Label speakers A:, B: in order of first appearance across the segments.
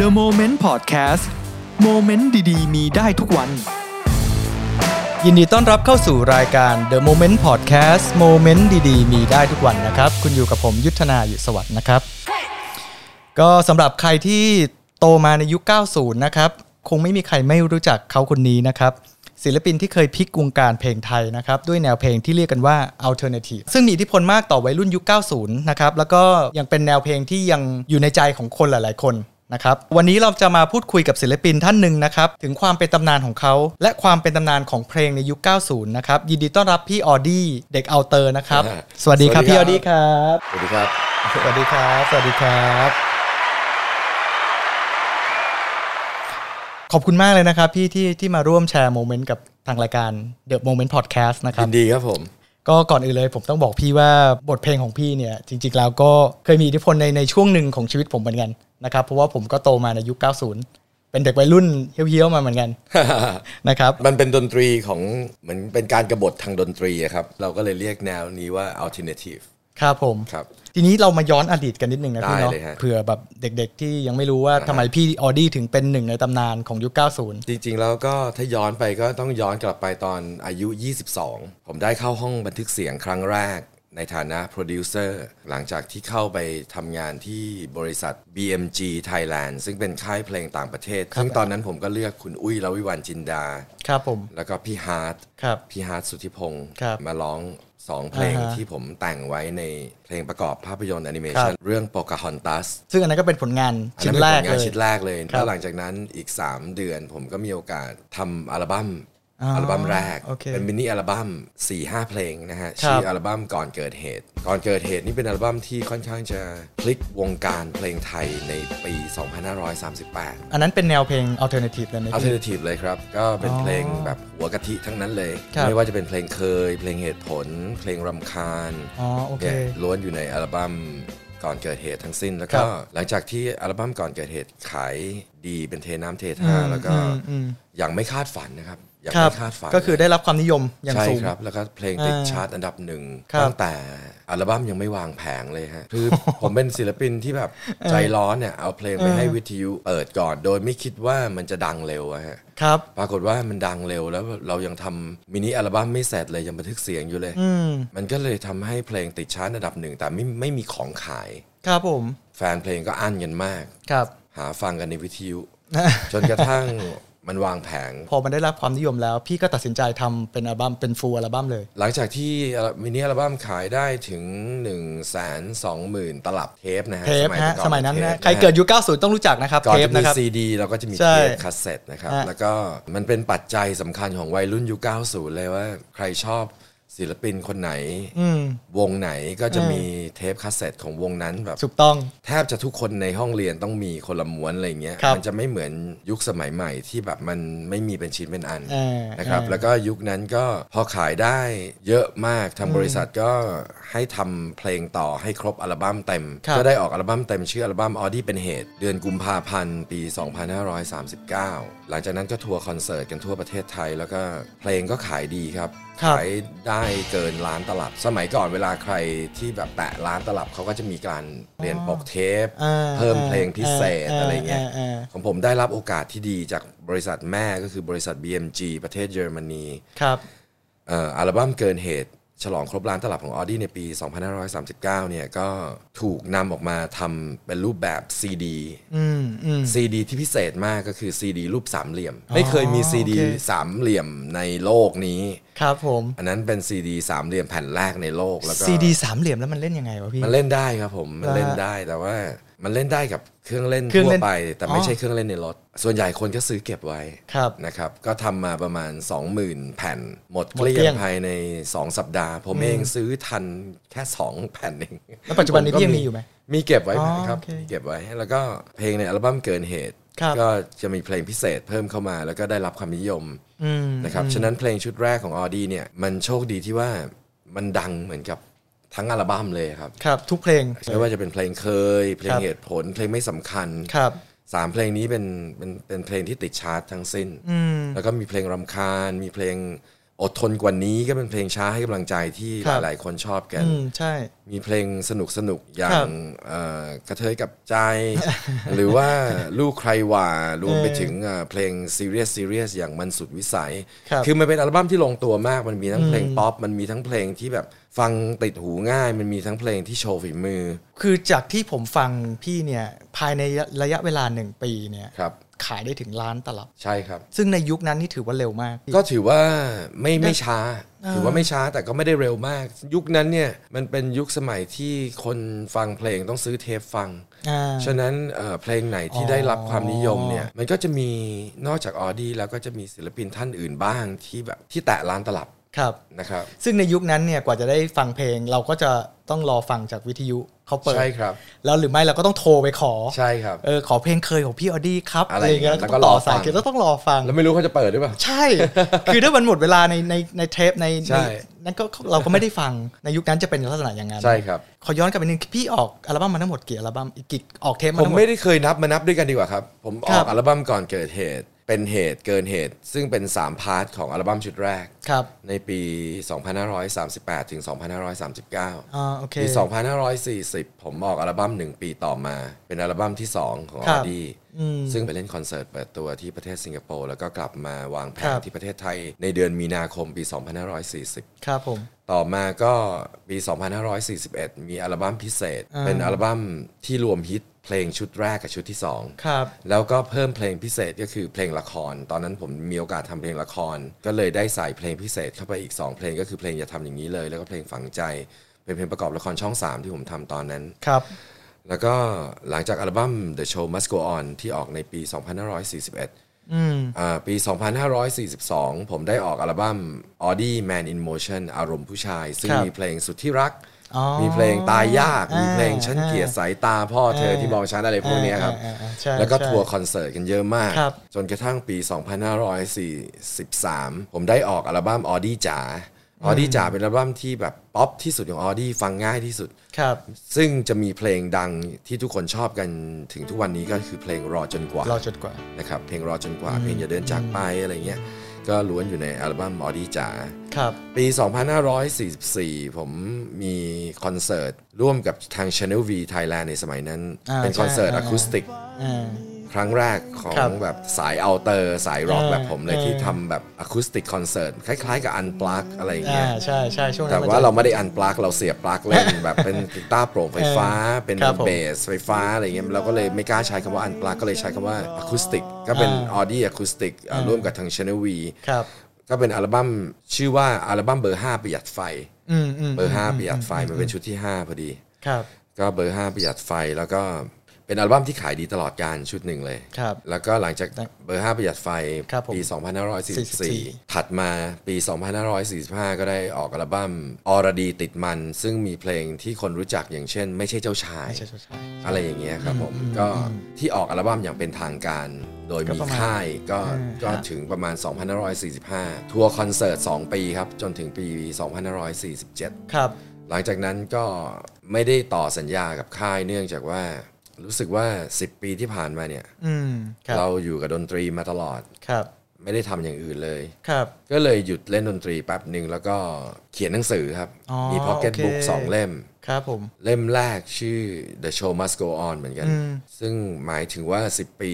A: The Moment Podcast โมเมนต์ดีๆ มีได้ทุกวัน
B: ยินดีต้อนรับเข้าสู่รายการ The Moment Podcast โมเมนต์ดีๆ มีได้ทุกวันนะครับ คุณอยู่กับผมยุทธนาอยู่สวัสดิ์นะครับ ก็สำหรับใครที่โตมาในยุค 90 นะครับ คงไม่มีใครไม่รู้จักเขาคนนี้นะครับ ศิลปินที่เคยพลิกวงการเพลงไทยนะครับ ด้วยแนวเพลงที่เรียกกันว่า alternative ซึ่งมีอิทธิพลมากต่อวัยรุ่นยุค 90 นะครับ แล้วก็ยังเป็นแนวเพลงที่ยังอยู่ในใจของคนหลาย ๆ คนนะครับ วันนี้เราจะมาพูดคุยกับศิลปินท่านหนึ่งนะครับ ถึงความเป็นตำนานของเขา และความเป็นตำนานของเพลงในยุค 90 นะครับ ยินดีต้อนรับพี่ออดี้เด็กเอาเตอร์นะครับ สวัสดีครับพี่ออดี้ครับ
C: สวัสดีครับ
B: สวัสดีครับ สวัสดีครับ ขอบคุณมากเลยนะครับพี่ที่ที่มาร่วมแชร์โมเมนต์กับทางรายการ The Moment Podcast นะครั
C: ยิ
B: บ
C: นดีครับผม
B: ก็ก่อนอื่นเลยผมต้องบอกพี่ว่าบทเพลงของพี่เนี่ยจริงๆแล้วก็เคยมีอิทธิพลในในช่วงหนึ่งของชีวิตผมเหมือนกันนะครับเพราะว่าผมก็โตมาในยุค 90 เป็นเด็กวัยรุ่นเฮี้ยวๆมาเหมือน กันนะครับ
C: มันเป็นดนตรีของเหมือนเป็นการกรบฏทางดนตรีอะครับ เราก็เลยเรียกแนวนี้ว่า alternative
B: ครับผม
C: ครับ
B: ทีนี้เรามาย้อนอดีตกันนิดหนึ่งนะพี่เนาะ
C: ได้เลยฮะ
B: เผื่อแบบเด็กๆ ที่ยังไม่รู้ว่าทำไมพี่ออดี้ถึงเป็นหนึ่งในตำนานของยุค 90
C: จริงๆแล้วก็ถ้าย้อนไปก็ต้องย้อนกลับไปตอนอายุ 22 ผมได้เข้าห้องบันทึกเสียงครั้งแรก ในฐานะโปรดิวเซอร์หลังจากที่เข้าไปทำงานที่บริษัท BMG Thailand ซึ่งเป็นค่ายเพลงต่างประเทศ ซึ่งตอนนั้นผมก็เลือกคุณอุ้ยลวิวันจินดา
B: ครับผม
C: แล้วก็พี่ฮาร์ด
B: ครับ
C: พี่ฮาร์ดสุทธิพงศ์
B: ครับ
C: มาร้องสองเพลง
B: อ่าฮะ
C: ที่ผมแต่งไว้ในเพลงประกอบภาพยนตร์แอนิเมชั
B: ค
C: น
B: รับ
C: เรื่องโปกาฮอนตัส
B: ซึ่งอันนั้นก็เป็นผลงานชิ้นแรก
C: ผล
B: เล
C: งาน
B: ย
C: ชิ้นแรกเลย
B: ครับ
C: แล้วหลังจากนั้นอีก 3 เดือนผมก็มีโอกาสทำอัลบั้มอัลบั้มแรก
B: โอเค
C: เป็นมินิอัลบั้ม4 5 เพลงนะฮะ
B: ครับ
C: ชื่ออัลบั้มก่อนเกิดเหตุ ก่อนเกิดเหตุนี่เป็นอัลบั้มที่ค่อนข้างจะพลิกวงการเพลงไทยในปี 2538
B: อันนั้นเป็นแนวเพลง alternative เลยไหม
C: อัลเทอ
B: พี่
C: ร์เนทีฟเลยครับ ก็เป็นเพลงแบบหัวกะทิทั้งนั้นเลย
B: ครับ
C: ไม่ว่าจะเป็นเพลงเคย เพลงเหตุผล เพลงรำคาญ
B: อ๋อโอเค
C: นี่ยล้วนอยู่ในอัลบั้มก่อนเกิดเหตุทั้งสิ้น แล้ว
B: ครั
C: ก็
B: บ
C: หลังจากที่อัลบั้มก่อนเกิดเหตุขายดีเป็นเทน้ำเทท่าแล้วก็
B: อืม
C: อย่างไม่คาดฝันนะครับอย่าง
B: ครั
C: ไม่
B: บ
C: คาดฝัน
B: ก็คือได้รับความนิยมอย่าง
C: ใช่
B: สูง
C: ครับ แล้วก็เพลงติด
B: อ่า
C: ชาร์ตอันดับหนึ่ง
B: ครับ
C: ตั้งแต่อัลบั้มยังไม่วางแผงเลยฮะคือผมเป็นศิลปินที่แบบใจร้อนเนี่ยเอาเพลงไป
B: เออ
C: ให้วิทยุเปิดก่อน โดยไม่คิดว่ามันจะดังเร็วอะฮะ
B: ครับ
C: ปรากฏว่ามันดังเร็วแล้วเรายังทำมินิอัลบั้มไม่เสร็จเลยยังบันทึกเสียงอยู่เลย
B: อืม
C: มันก็เลยทำให้เพลงติดชาร์ตระดับหนึ่งแต่ไม่ไม่มีของขาย
B: ครับผม
C: แฟนเพลงก็อั้นกันมาก
B: ครับ
C: หาฟังกันในวิท ยุ จนกระทั่งมันวางแผง
B: พอมันได้รับความนิยมแล้ว พี่ก็ตัดสินใจทำเป็นอัลบั้มเป็นฟูลอัลบั้มเลย
C: หลังจากที่มินิอัลบั้มขายได้ถึง1นึ่งแสนสองหมื่นตลับเทปนะฮะ
B: เทปฮะ
C: ก่อ
B: สมัยนั้น
C: ทป
B: นะ
C: ฮ
B: ใครเกิดยุค 90 ต้องรู้จักนะครับ
C: ก่อน
B: เทป
C: จะมี
B: นะครับ
C: ซีดีเราก็จะมี
B: ใช่
C: เทปคาสเซ็ตนะครับ
B: ฮะ
C: แล้วก็มันเป็นปัจจัยสำคัญของวัยรุ่นยุค 90 เลยว่าใครชอบศิลปินคนไหน
B: อืม
C: วงไหนก็จะมีเทปคาสเซ็ตของวงนั้นแบบ
B: ถูกต้อง
C: แทบจะทุกคนในห้องเรียนต้องมีคนละม้วนอะไรเงี้ย
B: ครับ
C: มัจะไม่เหมือนยุคสมัยใหม่ที่แบบมันไม่มีเป็นชิ้นเป็นอัน
B: เออ
C: นะครับ
B: เออ
C: แล้วก็ยุคนั้นก็พอขายได้เยอะมากทางบริษัทก็ให้ทำเพลงต่อให้ครบอัลบั้มเต็ม
B: ครับ
C: ก็ได้ออกอัลบั้มเต็มชื่ออัลบั้มออดี้เป็นเหตุ เดือนกุมภาพันธ์ปี 2539 หลังจากนั้นก็ทัวร์คอนเสิร์ตกันทั่วประเทศไทย แล้วก็เพลงก็ขายดีครับ
B: ครับ
C: ขายได้เกินล้านตลับ สมัยก่อนเวลาใครที่แบบแตะล้านตลับเขาก็จะมีการเปลี่ยนปกเทป
B: อ่า
C: เพิ่มเพลงพิเศษ
B: า
C: อะไรเงี้ย
B: าอ่า
C: ของผมได้รับโอกาสที่ดีจากบริษัทแม่ก็คือบริษัท BMG ประเทศเยอรมนี
B: ครับ
C: เอ่ออัลบั้มเกินเหตุ ฉลองครบล้านตลับของออดี้ในปี 2539 เนี่ยก็ถูกนำออกมาทำเป็นรูปแบบ CD
B: อืมอืม
C: ซีดีที่พิเศษมากก็คือซีดีรูปสามเหลี่ยม ไม่เคยมีซีดี
B: โอเค
C: สามเหลี่ยมในโลกนี้
B: ครับผม
C: อันนั้นเป็นซีดีสามเหลี่ยมแผ่นแรกในโลกแล้วก็
B: ซีดีสามเหลี่ยมแล้วมันเล่นยังไงวะพี่
C: มันเล่นได้ครับผมมันเล่นได้แต่ว่ามันเล่นได้กับเครื่องเล่น
B: เครื่อง
C: ทั่ว
B: เล่น
C: ไป แต่ไม่
B: อ๋อ
C: ใช่เครื่องเล่นในรถ ส่วนใหญ่คนก็ซื้อเก็บไว้
B: ครับ
C: นะครับ ก็ทำมาประมาณ 20,000 แผ่น หมด
B: หม
C: เก
B: ดเกลี้
C: ลี้
B: ยง
C: ยงภายใน 2 สัปดาห์ ผมเองซื้อทันแค่ 2 แผ่นเอง
B: แล้วปัจจุบันนี้
C: ผ
B: พี่ยังมีอยู่ไหม
C: มีเก็บไว้
B: อ๋อ
C: ครับ
B: โอเค
C: เก็บไว้แล้วก็เพลงในอัลบั้มเกินเหตุ
B: ครับ
C: ก็จะมีเพลงพิเศษเพิ่มเข้ามาแล้วก็ได้รับความนิยม
B: อืม
C: นะครับ ฉะนั้นเพลงชุดแรกของออดี้เนี่ย มันโชคดีที่ว่ามันดังเหมือนกับทั้งอัลบั้มเลยครับ
B: ครับ ทุกเพลง
C: ไม่ว่าจะเป็นเพลงเคย เพลง
B: ครับ
C: เหตุผล เพลงไม่สำคัญ
B: ครับ
C: สามเพลงนี้เป็นเป็นเป็นเพลงที่ติดชาร์ตทั้งสิ้น แล้วก็มีเพลงรำคาญ มีเพลอ อดทนกว่านี้ก็เป็นเพลงช้าให้กำลังใจที่
B: ครับ
C: หลายๆคนชอบกัน
B: อืมใช่
C: มีเพลงสนุกสนุกๆอย่า
B: ครั
C: ง
B: บ
C: เอ่อกระเทยกับ ใจ หรือว่าลูกใครหว่ารวมไปถึงเอ่อเพลงซีเรียสซีเรียสอย่างมันสุดวิสัย
B: ครับ
C: อมันเป็นอัลบั้มที่ลงตัวมาก มันมีทั้งเพลงป๊อปมันมีทั้งเพลงที่แบบฟังติดหูง่าย มันมีทั้งเพลงที่โชว์ฝีมือ
B: คือจากที่ผมฟังพี่เนี่ยภายในระยะเวลาหนึ่งปีเนี่ย
C: ครับ
B: ขายได้ถึงล้านตลับ
C: ใช่ครับ
B: ซึ่งในยุคนั้นนี่ถือว่าเร็วมาก
C: ก็ถือว่าไม่ไม่ช้า ถือว่าไม่ช้าแต่ก็ไม่ได้เร็วมาก ยุคนั้นเนี่ยมันเป็นยุคสมัยที่คนฟังเพลงต้องซื้อเทปฟัง
B: อ่า
C: ฉะนั้นเอ่อเพลงไหนที่
B: อ๋อ
C: ได้รับความนิยมเนี่ยมันก็จะมีนอกจากออดี้แล้วก็จะมีศิลปินท่านอื่นบ้างที่แบบที่แตะล้านตลับ
B: ครับ
C: นะครับ
B: ซึ่งในยุคนั้นเนี่ยกว่าจะได้ฟังเพลง เราก็จะต้องรอฟังจากวิทยุเขาเปิด
C: ใช่ครับ
B: แล้วหรือไม่เราก็ต้องโทรไปขอ
C: ใช่ครับ
B: เออขอเพลงเคยของพี่ออดี้ครับ
C: อะ
B: อะไร ไรอย่
C: อา
B: ย่าง ง
C: เงี้
B: เงี้
C: ย
B: ย
C: แล้วก็
B: ต้องต่อ
C: รอฟัง
B: สายเกยแล้วต้องรอฟัง
C: แล้วไม่รู้เขาจะเปิดหรือเปล่า
B: ใช่ คือถ้ามันหมดเวลาในในในเทปในใน
C: ใช่
B: นั้นก็เราก็ไม่ได้ฟังในยุคนั้นจะเป็นลักษณะอย่างนั้น
C: ใช่ครับ
B: ขอย้อนกลับไปนิดพี่ออกอัลบั้มมาทั้งหมดกี่อัลบั้มอีกกี่ออกเทป
C: ผ
B: มาทั้งห
C: ม
B: มด
C: ไม่ได้เคยนับมานับด้วยกันดีกว่าครับ ผมอ
B: ครั
C: อก
B: บ
C: อัลบั้มก่อนเกิดเหตุ เป็นเหตุเกินเหตุ ซึ่งเป็น 3 พาร์ทของอัลบั้มชุดแรก
B: ครับ
C: ในปี 2538 ถึง 2539
B: อ่าโอเค
C: ปี 2540 ผมออกอัลบั้ม 1 ปีต่อมา เป็นอัลบั้มที่ 2 ของ
B: ค
C: อ
B: รับ
C: ดี
B: อืม
C: ซึ่งไปเล่นคอนเสิร์ตเปิดตัวที่ประเทศสิงคโปร์แล้วก็กลับมาวางแผ
B: คน รับ
C: ที่ประเทศไทยในเดือนมีนาคมปี 2540
B: ครับผม
C: ต่อมาก็ปี 2541 มีอัลบั้มพิเศษ
B: อ่า
C: เป็นอัลบั้มที่รวมฮิตเพลงชุดแรกกับชุดที่ 2
B: ครับ
C: แล้วก็เพิ่มเพลงพิเศษก็คือเพลงละคร ตอนนั้นผมมีโอกาสทำเพลงละคร ก็เลยได้ใส่เพลงพิเศษเข้าไปอีก 2 เพลงก็คือเพลงอย่าทำอย่างนี้เลย แล้วก็เพลงฝังใจ เป็นเพลงประกอบละครช่อง 3 ที่ผมทำตอนนั้น
B: ครับ
C: แล้วก็หลังจากอัลบั้ม The Show Must Go On ที่ออกในปี 2541
B: อืม
C: อ่าปี 2542 ผมได้ออกอัลบั้ม Audi Man in Motion อารมณ์ผู้ชาย ซึ่ง
B: ครับ
C: มีเพลงสุดที่รัก
B: อ๋อ
C: มีเพลงตายยาก มีเพลง
B: อ่า
C: ฉันเกลียดสายตาพ่อเธอที่มองฉันอะไรพวกเนี้ยครับ
B: อ่าอ่าอ่าใช่
C: แล้วก็
B: ใช่
C: ทัวร์ คอนเสิร์ตกันเยอะมาก
B: ครับ
C: จนกระทั่งปี 2543 ผมได้ออกอัลบั้มออดี้จ๋าออดี้จ๋าเป็นอัลบั้มที่แบบป๊อปที่สุดของออดี้ฟังง่ายที่สุด
B: ครับ
C: ซึ่งจะมีเพลงดังที่ทุกคนชอบกันถึงทุกวันนี้ก็คือเพลงรอจนกว่า
B: เราจดกว่า
C: นะครับเพลงรอจนกว่า เพลงอย่าเดินจากไปอะไรเงี้ยก็ล้วนอยู่ในอัลบั้มออดี้จ๋า
B: ครับ
C: ปี 2544 ผมมีคอนเสิร์ตร่วมกับทาง Channel V Thailand ในสมัยนั้น
B: อ่า
C: เป็นคอนเสิร์ต
B: ใช่
C: อะคูสติก
B: อ่า
C: ครั้งแรกของ
B: ครับ
C: แบบสายเอาเตอร์ สายร็อก
B: เออ
C: แบบผมเลย
B: เออ
C: ที่ทำแบบอะคูสติกคอนเสิร์ตคล้ายๆกับอันปลั๊กอะไรอย่าง
B: อ่า
C: เงี้ย
B: ใช่ใช่ช่วงนั้
C: แต่
B: นมัน
C: ว่า
B: จะ
C: เราไม่ได้อันปลั๊กเราเสียบปลั๊กเล่น แบบเป็นกีตาร์โปร่งไฟฟ้า เป็น
B: ครับผม
C: เบสไฟฟ้าอะไรเงี้ยเราก็เลยไม่กล้าใช้คำว่าอันปลั๊กก็เลยใช้คำว่าอะคูสติกก็เป็นอ
B: อ่า
C: อดี้อะคูสติกร่วมกับทาง Channel V
B: ครับ
C: ก็เป็นอัลบั้มชื่อว่าอัลบั้มเบอร์ 5 ประหยัดไฟ
B: อืมอืม
C: เบอร์ 5 ประหยัดไฟมันเป็นชุดที่ 5 พอดี
B: ครับ
C: ก็เบอร์ 5 ประหยัดไฟแล้วก็เป็นอัลบั้มที่ขายดีตลอดการชุดหนึ่งเลย
B: ครับ
C: แล้วก็หลังจากเบอร์ 5 ประหยัดไฟ
B: ครับผม
C: ปี 2544
B: 44
C: ถัดมาปี 2545 ก็ได้ออกอัลบั้มอรดีติดมัน ซึ่งมีเพลงที่คนรู้จักอย่างเช่น ไม่ใช่เจ้าชาย
B: ไม่ใช่เจ้าชาย
C: อะไรอย่างเงี้ยครับผม ก็ที่ออกอัลบั้มอย่างเป็นทางการ โดย
B: ก็
C: มี
B: ประมาณ
C: ค่ายก็
B: อ่า
C: ก็
B: ฮะ
C: ถึงประมาณ 2545 ทัวร์คอนเสิร์ต 2 ปีครับ จนถึงปี 2547
B: ครับ
C: หลังจากนั้นก็ไม่ได้ต่อสัญญากับค่ายเนื่องจากว่า รู้สึกว่า 10 ปีที่ผ่านมาเนี่ย
B: อืมครับ
C: เราอยู่กับดนตรีมาตลอด
B: ครับ
C: ไม่ได้ทำอย่างอื่นเลย
B: ครับ
C: ก็เลยหยุดเล่นดนตรีแป๊บหนึ่งแล้วก็เขียนหนังสือครับ
B: อ๋อ
C: มีพ็อกเก็ตบุ๊ก
B: โอเค
C: สองเล่ม
B: ครับผม
C: เล่มแรกชื่อ The Show Must Go On เหมือนกัน ซึ่งหมายถึงว่า 10 ปี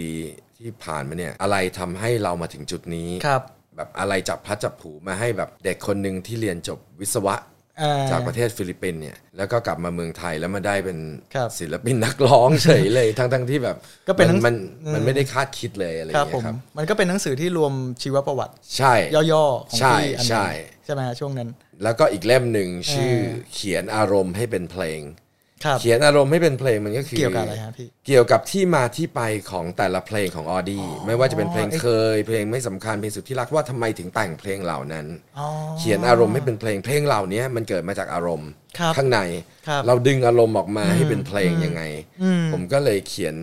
C: ที่ผ่านมาเนี่ย อะไรทำให้เรามาถึงจุดนี้
B: ครับ
C: แบบอะไรจับพลัดจับผลูมาให้แบบเด็กคนหนึ่งที่เรียนจบวิศวะ
B: อ่า
C: จากประเทศฟิลิปปินส์เนี่ยแล้วก็กลับมาเมืองไทยแล้วมาได้เป็น
B: ครับ
C: ศิลปินนักร้องเฉย เลย ทั้งทั้งที่แบบ
B: ก็เป็นหนัง
C: มันมันมันไม่ได้คาดคิดเลยอะไรอ
B: ครับ
C: ย่าง
B: ผม
C: เงี้ยครับ
B: มันก็เป็นหนังสือที่รวมชีวประวัติ
C: ใช่
B: ย่อๆ ของ
C: ใช่
B: พี่อัน
C: ใช่
B: นั้นใช่ไหมฮะช่วงนั้น
C: แล้วก็อีกเล่มหนึ่งชื่อเขียนอารมณ์ให้เป็นเพลง
B: ครับ
C: เขียนอารมณ์ให้เป็นเพลงมันก็คือ
B: เกี่ยวกับอะไรฮะพี่
C: เกี่ยวกับที่มาที่ไปของแต่ละเพลงของออดี้ไม่ว่าจะเป็นเพลงเคย เพลงไม่สำคัญเพลงสุดที่รักว่าทำไมถึงแต่งเพลงเหล่านั้น
B: อ๋อ
C: เขียนอารมณ์ให้เป็นเพลงเพลงเหล่านี้มันเกิดมาจากอารมณ์
B: ครับ
C: ข้างใน
B: ครับ
C: เราดึงอารมณ์ออกมาให้เป็นเพลงยังไง ผมก็เลยเขียน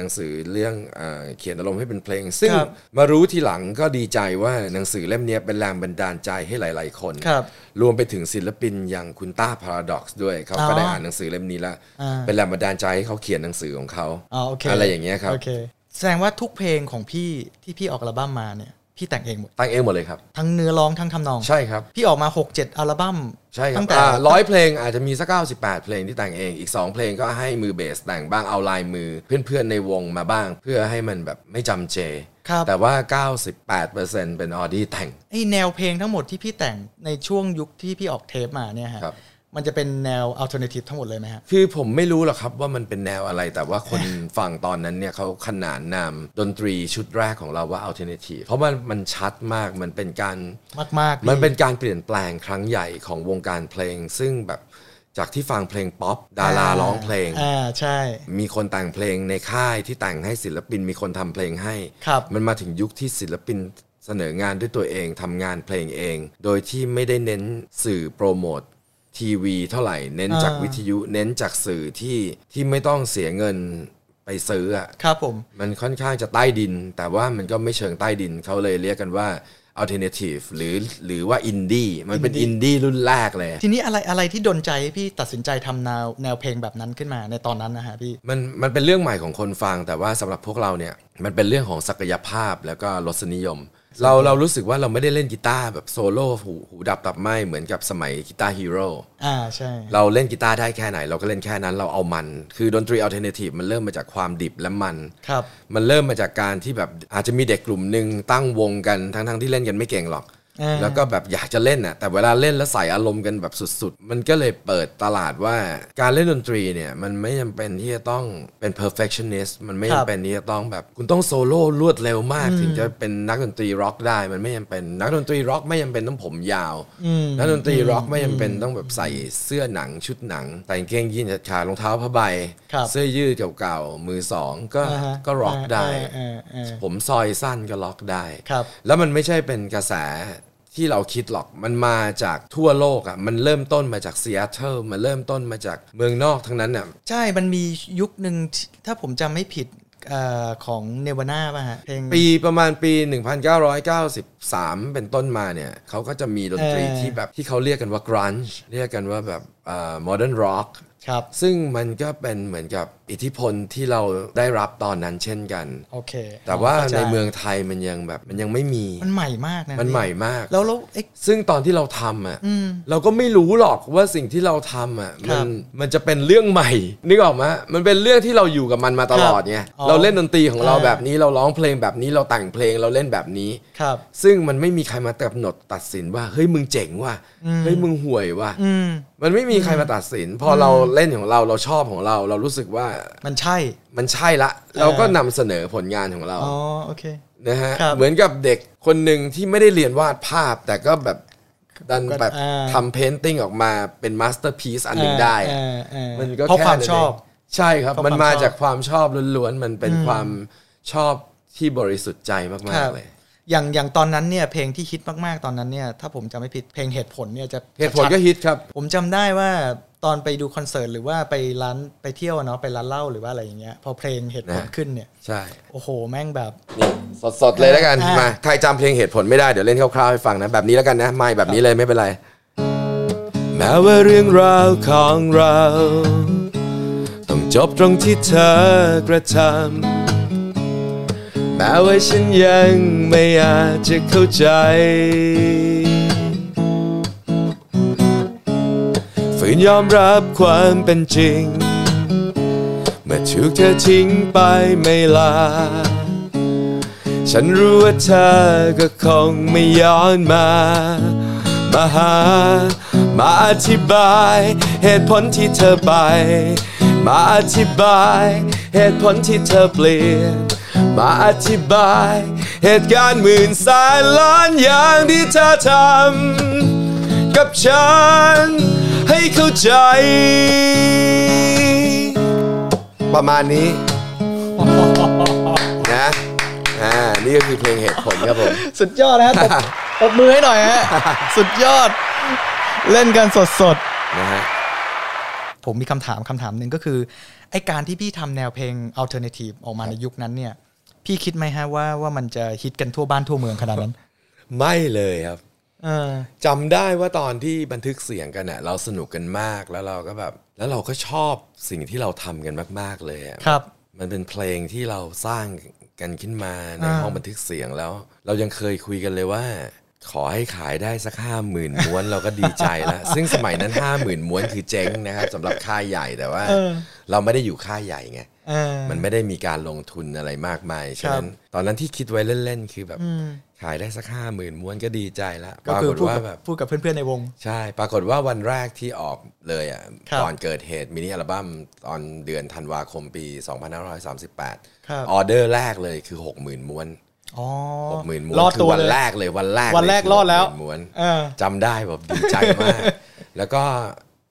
C: หนังสือเรื่องเออเขียนอารมณ์ให้เป็นเพลง ซึ่ง
B: ครับ
C: มารู้ทีหลังก็ดีใจว่าหนังสือเล่มนี้เป็นแรงบันดาลใจให้หลาย ๆ คน
B: ครับ
C: วมไปถึงศิลปินอย่างคุณต้าพาราด็อกซ์ด้วยเขาก็
B: อ๋อ
C: ได้อ่านหนังสือเล่มนี้แล้ว
B: อ่า
C: เป็นแรงบันดาลใจให้เขาเขียนหนังสือของเขา
B: อ๋อโอเค
C: ไรอย่างเงี้ยครับ
B: โอเค แสดงว่าทุกเพลงของพี่ที่พี่ออกอัลบั้มมาเนี่ย พี่แต่งเองหมด
C: ตั้งเองหมดเลยครับ
B: ทั้งเนื้อร้องทั้งทำนอง
C: ใช่ครับ
B: พี่ออกมา 6 7 อัลบั้ม
C: ใช่ครั
B: ตั้
C: บ
B: งแต่
C: ร้อยเพลงอาจจะมีสัก98 เพลงที่แต่งเอง อีก 2 เพลงก็ให้มือเบสแต่งบ้างเอาลายมือเพื่อนๆในวงมาบ้าง เพื่อให้มันแบบไม่จำเจ
B: ครับ
C: แต่ว่า 98%เป็นออดี้แต่ง
B: ไอ้แนวเพลงทั้งหมดที่พี่แต่งในช่วงยุคที่พี่ออกเทปมาเนี่ยฮะ
C: ครับ
B: มันจะเป็นแนวอัลเทอร์เนทีฟทั้งหมดเลยไหมฮะ
C: คือผมไม่รู้หรอกครับว่ามันเป็นแนวอะไร แต่ว่าคนฟังตอนนั้นเนี่ยเขาขนานนามดนตรีชุดแรกของเราว่า alternative เพราะมันมันชัดมากมันเป็นการ
B: มากๆพี่
C: มันเป็นการเปลี่ยนแปลงครั้งใหญ่ของวงการเพลง ซึ่งแบบจากที่ฟังเพลงป๊อปดาราร้องเพลง
B: อ่าใช่
C: มีคนแต่งเพลงในค่ายที่แต่งให้ศิลปินมีคนทำเพลงให้
B: ครับ
C: มันมาถึงยุคที่ศิลปินเสนองานด้วยตัวเองทำงานเพลงเอง โดยที่ไม่ได้เน้นสื่อโปรโมททีวีเท่าไหร่เน้นจาก
B: อ่า
C: วิทยุเน้นจากสื่อที่ที่ไม่ต้องเสียเงินไปซื้ออะ
B: ครับผม
C: มันค่อนข้างจะใต้ดิน แต่ว่ามันก็ไม่เชิงใต้ดินเขาเลยเรียกกันว่า alternative หรือหรือว่าอินดี้มันเป็นอินดี้รุ่นแรกเลย
B: ทีนี้อะไรอะไรที่ดนใจให้พี่ตัดสินใจทำแนวแนวเพลงแบบนั้นขึ้นมาในตอนนั้นนะฮะพี่
C: มันมันเป็นเรื่องใหม่ของคนฟังแต่ว่าสำหรับพวกเราเนี่ยมันเป็นเรื่องของศักยภาพแล้วก็รสนิยม เราเรารู้สึกว่าเราไม่ได้เล่นกีตาร์แบบโซโล่หูหูดับตับไหมเหมือนกับสมัยกีตาร์ฮีโร่
B: อ่าใช่
C: เราเล่นกีตาร์ได้แค่ไหน เราก็เล่นแค่นั้นเราเอามัน คือดนตรีอัลเทอร์เนทีฟมันเริ่มมาจากความดิบและมัน
B: ครับ
C: มันเริ่มมาจากการที่แบบอาจจะมีเด็กกลุ่มหนึ่งตั้งวงกันทั้งทั้งๆที่เล่นกันไม่เก่งหรอก
B: อ่า
C: แล้วก็แบบอยากจะเล่นน่ะแต่เวลาเล่นแล้วใส่อารมณ์กันแบบสุดๆ มันก็เลยเปิดตลาดว่าการเล่นดนตรีเนี่ยมันไม่จำเป็นที่จะต้องเป็น perfectionist มันไม่
B: ครับ
C: จำเป็นที่จะต้องแบบคุณต้องโซโล่รวดเร็วมาก ถึงจะเป็นนักดนตรีร็อกได้มันไม่จำเป็นนักดนตรีร็อกไม่จำเป็นต้องผมยาวนักดนตรีร็อกไม่จำเป็นต้องแบบใส่เสื้อหนังชุดหนัง แต่งเกงยีนส์ขาดขารองเท้าผ้าใบ
B: ครับ
C: เสื้อยืดเก่าๆมือสองก็
B: าฮะ
C: ก็ร็อกได้
B: เออเออเออ
C: ผมซอยสั้นก็ล็อกได้
B: ครับ
C: แล้วมันไม่ใช่เป็นกระแสที่เราคิดหรอก มันมาจากทั่วโลกอ่ะ มันเริ่มต้นมาจากซีแอตเทิลมันเริ่มต้นมาจากเมืองนอกทั้งนั้นอ่ะ
B: ใช่ มันมียุคหนึ่งที่ถ้าผมจำไม่ผิดเออของเนวาน่าป่ะฮะเพลง
C: ปีประมาณปี 1993 เป็นต้นมาเนี่ยเขาก็จะมีดนตรี
B: เออ
C: ที่แบบที่เขาเรียกกันว่ากรันช์เรียกกันว่าแบบโมเดิร์นร็อก
B: ครับ
C: ซึ่งมันก็เป็นเหมือนกับอิทธิพลที่เราได้รับตอนนั้นเช่นกัน
B: โอเค
C: แต่ว่า
B: ข้จ
C: ในเมืองไทยมันยังแบบมันยังไม่มี
B: มันใหม่มากนะ
C: มันใหม่มาก
B: แล้วแล้วไอ้
C: ซึ่งตอนที่เราทำอ่ะเราก็ไม่รู้หรอกว่าสิ่งที่เราทำอ่ะ
B: ครั
C: มั
B: บ
C: นมันจะเป็นเรื่องใหม่ นึกออกไหมมันเป็นเรื่องที่เราอยู่กับมันมาตลอดไง
B: ครับอ๋อ
C: เราเล่นดนตรีของเรา
B: อ่า
C: แบบนี้เราร้องเพลงแบบนี้เราแต่งเพลงเราเล่นแบบนี้
B: ครับ
C: ซึ่งมันไม่มีใครมากำหนดตัดสินว่าเฮ้ยมึงเจ๋งว่ะเฮ้ยมึงห่วยว่ะ
B: อืม
C: มันไม่มีใครมาตัดสิน พออเราเล่นของเราเราชอบของเรา เรารู้สึกว่า
B: มันใช่
C: มันใช่ละ เราก็นำเสนอผลงานของเรา
B: อ๋อ โอเค
C: นะฮะ
B: ครับ
C: เหมือนกับเด็กคนหนึ่งที่ไม่ได้เรียนวาดภาพ แต่ก็แบบดันแบบ
B: อ่า
C: ทำเพนติ้งออกมาเป็นมาสเตอร์พี e อันหนึ่งได้อะ
B: เออเออ
C: มันก็
B: เพราะความ
C: นั้น
B: ชอบ
C: เงใช่ครับ
B: เพราะ
C: มั
B: ความ
C: นาม
B: ชอบ
C: จากความชอบล้วนๆ มันเป็นความชอบที่บริสุทธิ์ใจ
B: ค
C: มาก
B: รับ
C: ๆเลย
B: อย่างอย่างตอนนั้นเนี่ยเพลงที่ฮิตมากๆตอนนั้นเนี่ยถ้าผมจำไม่ผิดเพลงเหตุผลเนี่ยจะ
C: เหตุผล
B: จะชัด
C: ก็ฮิตครับ
B: ผมจำได้ว่าตอนไปดูคอนเสิร์ตหรือว่าไปร้านไปเที่ยวอะเนาะไปร้านเหล้าหรือว่าอะไรอย่างเงี้ยพอเพลงเหตุผล
C: นะ
B: ขึ้นเนี่ย
C: ใช่
B: โอ้โหแม่งแบบ
C: นี่สดๆเลยแล้วกัน
B: อ่าม
C: มาใครจำเพลงเหตุผลไม่ได้เดี๋ยวเล่นคร่าวๆให้ฟังนะแบบนี้แล้วกันนะไม่แบบนี้เลยไม่เป็นไร แม้ว่าเรื่องราวของเรา ต้องจบตรงที่เธอกระทำแม้ว่าฉันยังไม่อาจจะเข้าใจ ฝืนยอมรับความเป็นจริง เมื่อถูกเธอทิ้งไปไม่ลา ฉันรู้ว่าเธอก็คงไม่ย้อนมา มาหา มาอธิบาย เหตุผลที่เธอไป มาอธิบาย เหตุผลที่เธอเปลี่ยน มาอธิบาย เหตุการณ์หมื่นแสนล้านอย่างที่เธอทำกับฉัน ให้เข้าใจ ประมาณนี้ นะ อ่า นี่ก็คือเพลงเหตุผลครับผม
B: สุดยอดนะ ฮะตบ ตบมือให้หน่อย ฮะ สุดยอด เล่นกันสดสด
C: นะฮะ
B: ๆผมมีคำถามคำถามหนึ่งก็คือไอการที่พี่ทำแนวเพลงอัลเทอร์เนทีฟออกมาในยุคนั้นเนี่ย พี่คิดไหมฮะว่าว่ามันจะฮิตกันทั่วบ้านทั่วเมืองขนาดนั้น
C: ไม่เลยครับ
B: เออ
C: จำได้ว่าตอนที่บันทึกเสียงกันเน่ะเราสนุกกันมากแล้วเราก็แบบ แล้วเราก็ชอบสิ่งที่เราทำกันมาก ๆ เลยอะ
B: ครับ
C: มันเป็นเพลงที่เราสร้าง กันขึ้นมาในห้องบันทึกเสียงแล้ว เรายังเคยคุยกันเลยว่า ขอให้ขายได้สักห้าหมื่นม้วนเราก็ดีใจแล้ว ซึ่งสมัยนั้นห้าหมื่นม้วนคือเจ๊งนะครับสำหรับค่ายใหญ่แต่ว่า
B: เออ
C: เราไม่ได้อยู่ค่ายใหญ่ไง
B: เออ
C: มันไม่ได้มีการลงทุนอะไรมากมาย ฉะนั้นตอนนั้นที่คิดไว้เล่น ๆ คือแบบขายได้สักห้าหมื่นม้วนก็ดีใจแล้วป
B: ก็
C: รา
B: คือก
C: ฏ
B: พูด
C: ว่า
B: กับ
C: แบบ
B: พูดกับเพื่อนๆในวง
C: ใช่ ปรากฏว่าวันแรกที่ออกเลยอ่ะ
B: ครับ
C: ก่อนเกิดเหตุมินิอัลบั้มตอนเดือนธันวาคมปี 2538
B: ครับ
C: ออเดอร์แรกเลยคือ 60,000ม้วน
B: อ๋อ
C: 60,000ม้ว
B: ร
C: น
B: อด
C: คื
B: ตัว
C: วัน
B: เลย
C: แรกเลยวันแรก
B: วันแรก
C: เยคื
B: รอดแล้ว
C: 60,000ม้วน
B: เออ
C: จำได้แบบดีใจ มาก แล้วก็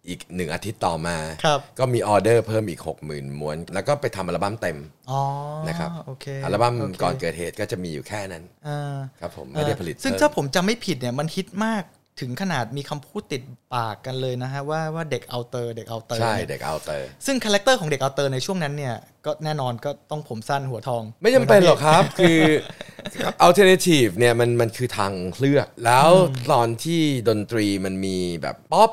C: อีกหนึ่งอาทิตย์ต่อมา
B: ครับ
C: ก็มีออเดอร์เพิ่มอีก 60,000ม้วน แล้วก็ไปทำอัลบั้มเต็ม
B: อ๋อ
C: นะครับ
B: โอเค
C: อัลบั้ม
B: โค
C: ก่อนเกิดเหตุก็จะมีอยู่แค่นั้น
B: อ่า
C: ครับผมไม่ได้ผลิต
B: ซึ่ง
C: เพิ่ม
B: ถ้าผมจำไม่ผิดเนี่ยมันฮิตมากถึงขนาดมีคำพูดติดปากกันเลยนะฮะว่าว่าเด็กเอาเตอร์เด็กเอาเตอร์
C: ใช่
B: เนี่ย
C: เด็กเอาเตอร์
B: ซึ่งคาแรคเตอร์ของเด็กเอาเตอร์ในช่วงนั้นเนี่ยก็แน่นอนก็ต้องผมสั้นหัวทอง
C: ไม่จำเป็นหรอกครับ คือ alternative เนี่ยมันมันคือทางเลือก แล้วตอนที่ดนตรีมันมีแบบป๊อป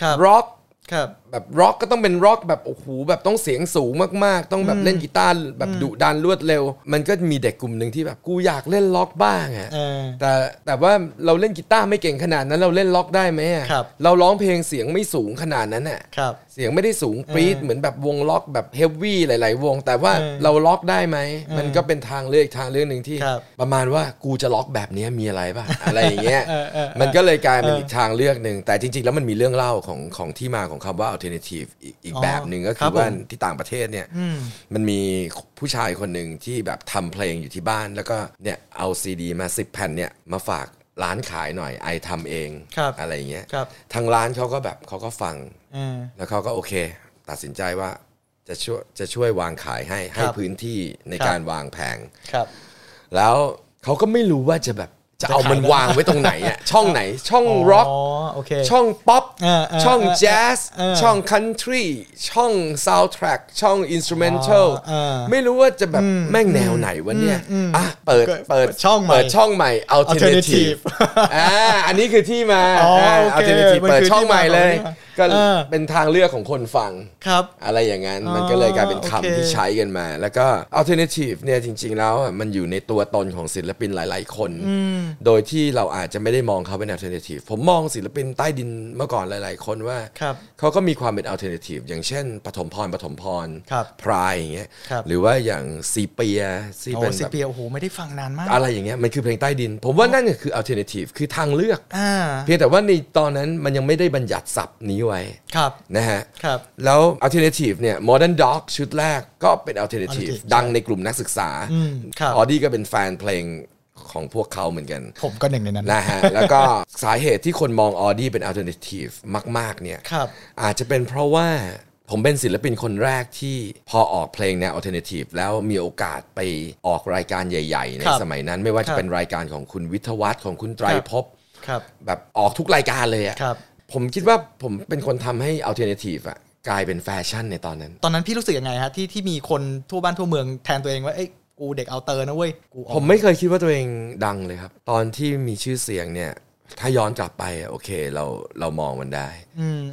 B: ครับ
C: ร็อก
B: ครับ
C: แบบร็อกก็ต้องเป็นร็อกแบบโอ้โหแบบต้องเสียงสูงมากๆ ต้องแบบเล่นกีตาร์แบบดุดันรวดเร็ว มันก็มีเด็กกลุ่มหนึ่งที่แบบกูอยากเล่นร็อกบ้างอะ
B: เออ
C: แต่แต่ว่าเราเล่นกีตาร์ไม่เก่งขนาดนั้นเราเล่นร็อกได้ไหมอะ
B: ครับ
C: เราร้องเพลงเสียงไม่สูงขนาดนั้นอ่ะ
B: ครับ
C: เสียงไม่ได้สูงปรี๊ดเหมือนแบบวงล็อกแบบเฮฟวี่หลาย ๆ วง แต่ว่า
B: เออ
C: เราล็อกได้ไหม มันก็เป็นทางเลือกทางเลือกหนึ่งที่
B: ครับ
C: ประมาณว่ากูจะล็อกแบบเนี้ยมีอะไรป่ะ อะไรอย่างเงี้ย
B: เออเออเออ
C: มันก็เลยกลายเป็นอีกทางเลือกหนึ่งแต่จริง ๆ แล้วมันมีเรื่องเล่าของของที่มาของคำว่า alternative อีกอีก
B: อ๋อ
C: แบบหนึ่งก็
B: ค
C: คื
B: รั
C: อบ ว่า
B: ผม
C: ที่ต่างประเทศเนี่ยมันมีผู้ชายคนหนึ่งที่แบบทำเพลงอยู่ที่บ้าน แล้วก็เนี่ยเอาซีดีมาสิบแผ่นเนี่ยมาฝากร้านขายหน่อยไอทำเอง
B: ครับ
C: อะไรอย่างเงี้ย
B: ครับ
C: ทางร้านเขาก็แบบเขาก็ฟัง
B: อ่า
C: แล้วเขาก็โอเค ตัดสินใจว่าจะช่วยจะช่วยวางขายให้ให้พื้นที่ใน
B: ครับ
C: การวางแผง
B: ครับ
C: แล้วเขาก็ไม่รู้ว่าจะแบบจะเอา
B: จะขาย
C: มัน
B: ได้
C: วางไว้ตรงไหนอะช่องไหน ช่องร็อก
B: อ๋อโอเค
C: ช่องป๊อป
B: เออเออ
C: ช่อง
B: เออ
C: แจ๊ส
B: เออ
C: ช่องคันทรีช่องซาวด์แทร็กช่องอินสตูเมนทัล
B: อ๋อเออ
C: ไม่รู้ว่าจะแบบแม่งแนวไหนวะเนี่ยอ่ะเปิด
B: เกิด
C: เปิด
B: เปิดช่องใหม่
C: เปิดช่องใหม่
B: alternative
C: alternative อ่าอันนี้คือที่มา
B: อ๋ออ่
C: า
B: โอเค
C: alternative
B: มันคือ
C: เปิดช่องใหม่เลย
B: ที่มาของมัน
C: ก็
B: เออ
C: เป็นทางเลือกของคนฟัง
B: ครับ
C: อะไรอย่างนั้น
B: อ๋อ
C: มันก็เลยกลายเป็น
B: โอเค
C: คำที่ใช้กันมา แล้วก็ alternative เนี่ยจริง ๆ แล้วอ่ะมันอยู่ในตัวตนของศิลปินหลาย ๆ คน โดยที่เราอาจจะไม่ได้มองเขาเป็น alternative ผมมองศิลปินใต้ดินเมื่อก่อนหลาย ๆ คนว่า
B: ครับ
C: เขาก็มีความเป็น alternative อย่างเช่นปฐมพรปฐมพร
B: ครับ
C: พรายอย่างเงี้ย
B: ครับ
C: หรือว่าอย่างซีเปียซี
B: โอ้
C: เป็น
B: สิ
C: แบบ
B: เปียโอ้โหไม่ได้ฟังนานมาก
C: อะไรอย่างเงี้ยมันคือเพลงใต้ดิน ผมว่านั่นก็คือ alternative คือทางเลือก
B: อ่า
C: เพียงแต่ว่าในตอนนั้นมันยังไม่ได้บัญญัติศัพท์นี้ไว้
B: ครับ
C: นะฮะ
B: ครับ
C: แล้ว alternative เนี่ย modern dog ชุดแรกก็เป็น alternative
B: Alternative
C: ดังในกลุ่มนักศึกษา
B: อืมครับ
C: อดี้ก็เป็นแฟนเพลงของพวกเขาเหมือนกัน
B: ผมก็หนึ่งในนั้น
C: นะ ฮะ แล้วก็สาเหตุที่คนมองออดี้เป็น alternative มาก ๆ เนี่ย
B: ครับ
C: อาจจะเป็นเพราะว่าผมเป็นศิลปินคนแรกที่พอออกเพลงแนว alternative แล้วมีโอกาสไปออกรายการใหญ่ ๆ ใน
B: ครับ
C: สมัยนั้นไม่ว่า
B: ครั
C: จะ
B: บ
C: เป็นรายการของคุณวิทยวัฒน์ของคุณไตร
B: ครับ
C: ภพ
B: ครับ
C: แบบออกทุกรายการเลยอะ
B: ครับ
C: ผมคิดว่าผมเป็นคนทำให้ alternative อะกลายเป็นแฟชั่นในตอนนั้น
B: ตอนนั้นพี่รู้สึกยังไงฮะที่ที่มีคนทั่วบ้านทั่วเมืองแทนตัวเองว่าเอ้ยกูเด็กเอาเตอร์นะเว้ยกูออก
C: ผมไม่เคยคิดว่าตัวเองดังเลยครับ ตอนที่มีชื่อเสียงเนี่ย ถ้าย้อนกลับไปอะโอเคเราเรามองมันได้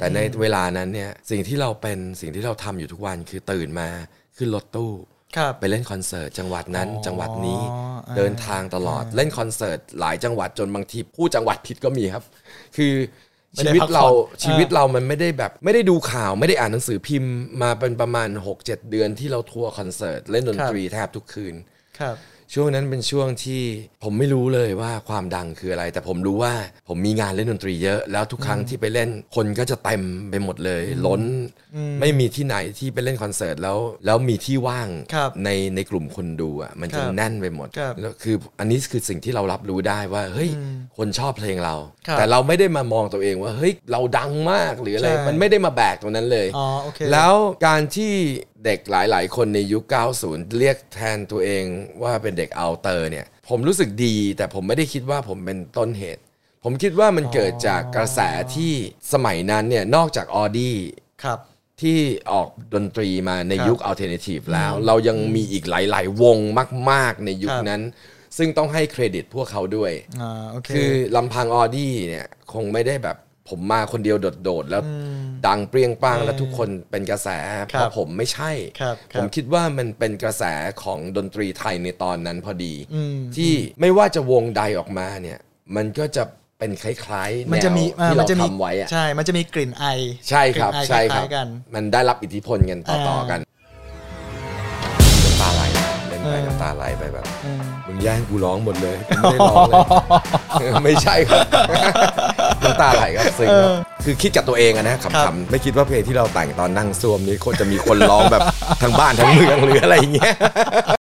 C: แต่ในเวลานั้นเนี่ย สิ่งที่เราเป็นสิ่งที่เราทำอยู่ทุกวันคือตื่นมาขึ้นรถตู้
B: ครับ
C: ไปเล่นคอนเสิร์ตจังหวัดนั้น
B: อ๋อ
C: จังหวัดนี้
B: อ่า
C: เดินทางตลอดเล่นคอนเสิร์ตหลายจังหวัดจนบางทีผู้จังหวัดผิดก็มีครับ คือชีวิตเราชีวิตเรามันไม่ได้แบบ ไม่ได้ดูข่าวไม่ได้อ่านหนังสือพิมพ์มาเป็นประมาณ 6-7 เดือนที่เราทัวร์คอนเสิร์ตเล่นดนตรีแทบทุกคืน
B: ครับ
C: ช่วงนั้นเป็นช่วงที่ผมไม่รู้เลยว่าความดังคืออะไร แต่ผมรู้ว่าผมมีงานเล่นดนตรีเยอะ แล้วทุกครั้งที่ไปเล่นคนก็จะเต็มไปหมดเลย ล้นไม่มีที่ไหนที่ไปเล่นคอนเสิร์ตแล้วแล้วมีที่ว่าง
B: ครับ
C: ในในกลุ่มคนดูอ่ะมัน
B: ครั
C: จะ
B: บ
C: แน่นไปหมด
B: ครับ
C: แล้วคืออันนี้คือสิ่งที่เรารับรู้ได้ว่าเฮ้ยคนชอบเพลงเรา
B: ครับ
C: แต่เราไม่ได้มามองตัวเองว่าเฮ้ยเราดังมากหรืออะไร
B: ใช่
C: มันไม่ได้มาแบกตรงนั้นเลย
B: อ๋อโอเค
C: แล้วการที่เด็กหลาย ๆ คนในยุค 90 เรียกแทนตัวเองว่าเป็นเด็กเอาเตอร์เนี่ย ผมรู้สึกดี แต่ผมไม่ได้คิดว่าผมเป็นต้นเหตุ ผมคิดว่ามันเกิดจากกระแสที่สมัยนั้นเนี่ย นอกจากออดี้
B: ครับ
C: ที่ออกดนตรีมาใน
B: ครับ
C: ยุคอัลเทอร์เนทีฟแล้ว เรายังมีอีกหลาย ๆ วงมาก ๆ ในยุ
B: ค
C: ครับ นั้น ซึ่งต้องให้เครดิตพวกเขาด้วย
B: อ่าโอเค
C: คือลำพังออดี้เนี่ย คงไม่ได้แบบผมมาคนเดียวโดด ๆ แล้ว ดังเปรี้ยงป้างและทุกคนเป็นกระแส
B: ครับ
C: เพราะผมไม่ใช่
B: ครับครับ
C: ผมคิดว่ามันเป็นกระแสของดนตรีไทยในตอนนั้นพอดี
B: อืม
C: ที่ไม่ว่าจะวงใดออกมาเนี่ย มันก็จะเป็นคล้ายๆแน
B: มัน
C: ว
B: จะมีอ่า
C: ที่
B: มัน
C: เรา
B: จะมี
C: ทำไว้อะ
B: ใช่ มันจะมีกลิ่นไอ
C: ใช่ครับ
B: กลิ่นไอ
C: ใช่ครับ
B: ล้ายๆกัน
C: มันได้รับอิทธิพลกัน
B: อ่
C: ต่อา ๆกันน้ำตาไหลเล่นไป
B: เออ
C: น้ำตาไหลไปแบบ
B: อืม
C: มึงแย่งกูร้องหมด เลยกูไม่ได้ร้องเลย ไม่ใช่ครับ น้ำตาไหลครับซึ้งครับคือคิดกับตัวเองอะนะข
B: ครับ
C: ำๆไม่คิดว่าเพลงที่เราแต่งตอนนั่งซ่วมนี้คนจะมีคนร้องแบบทั้งบ้านทั้งเมืองหรืออะไรอย่างเงี้ย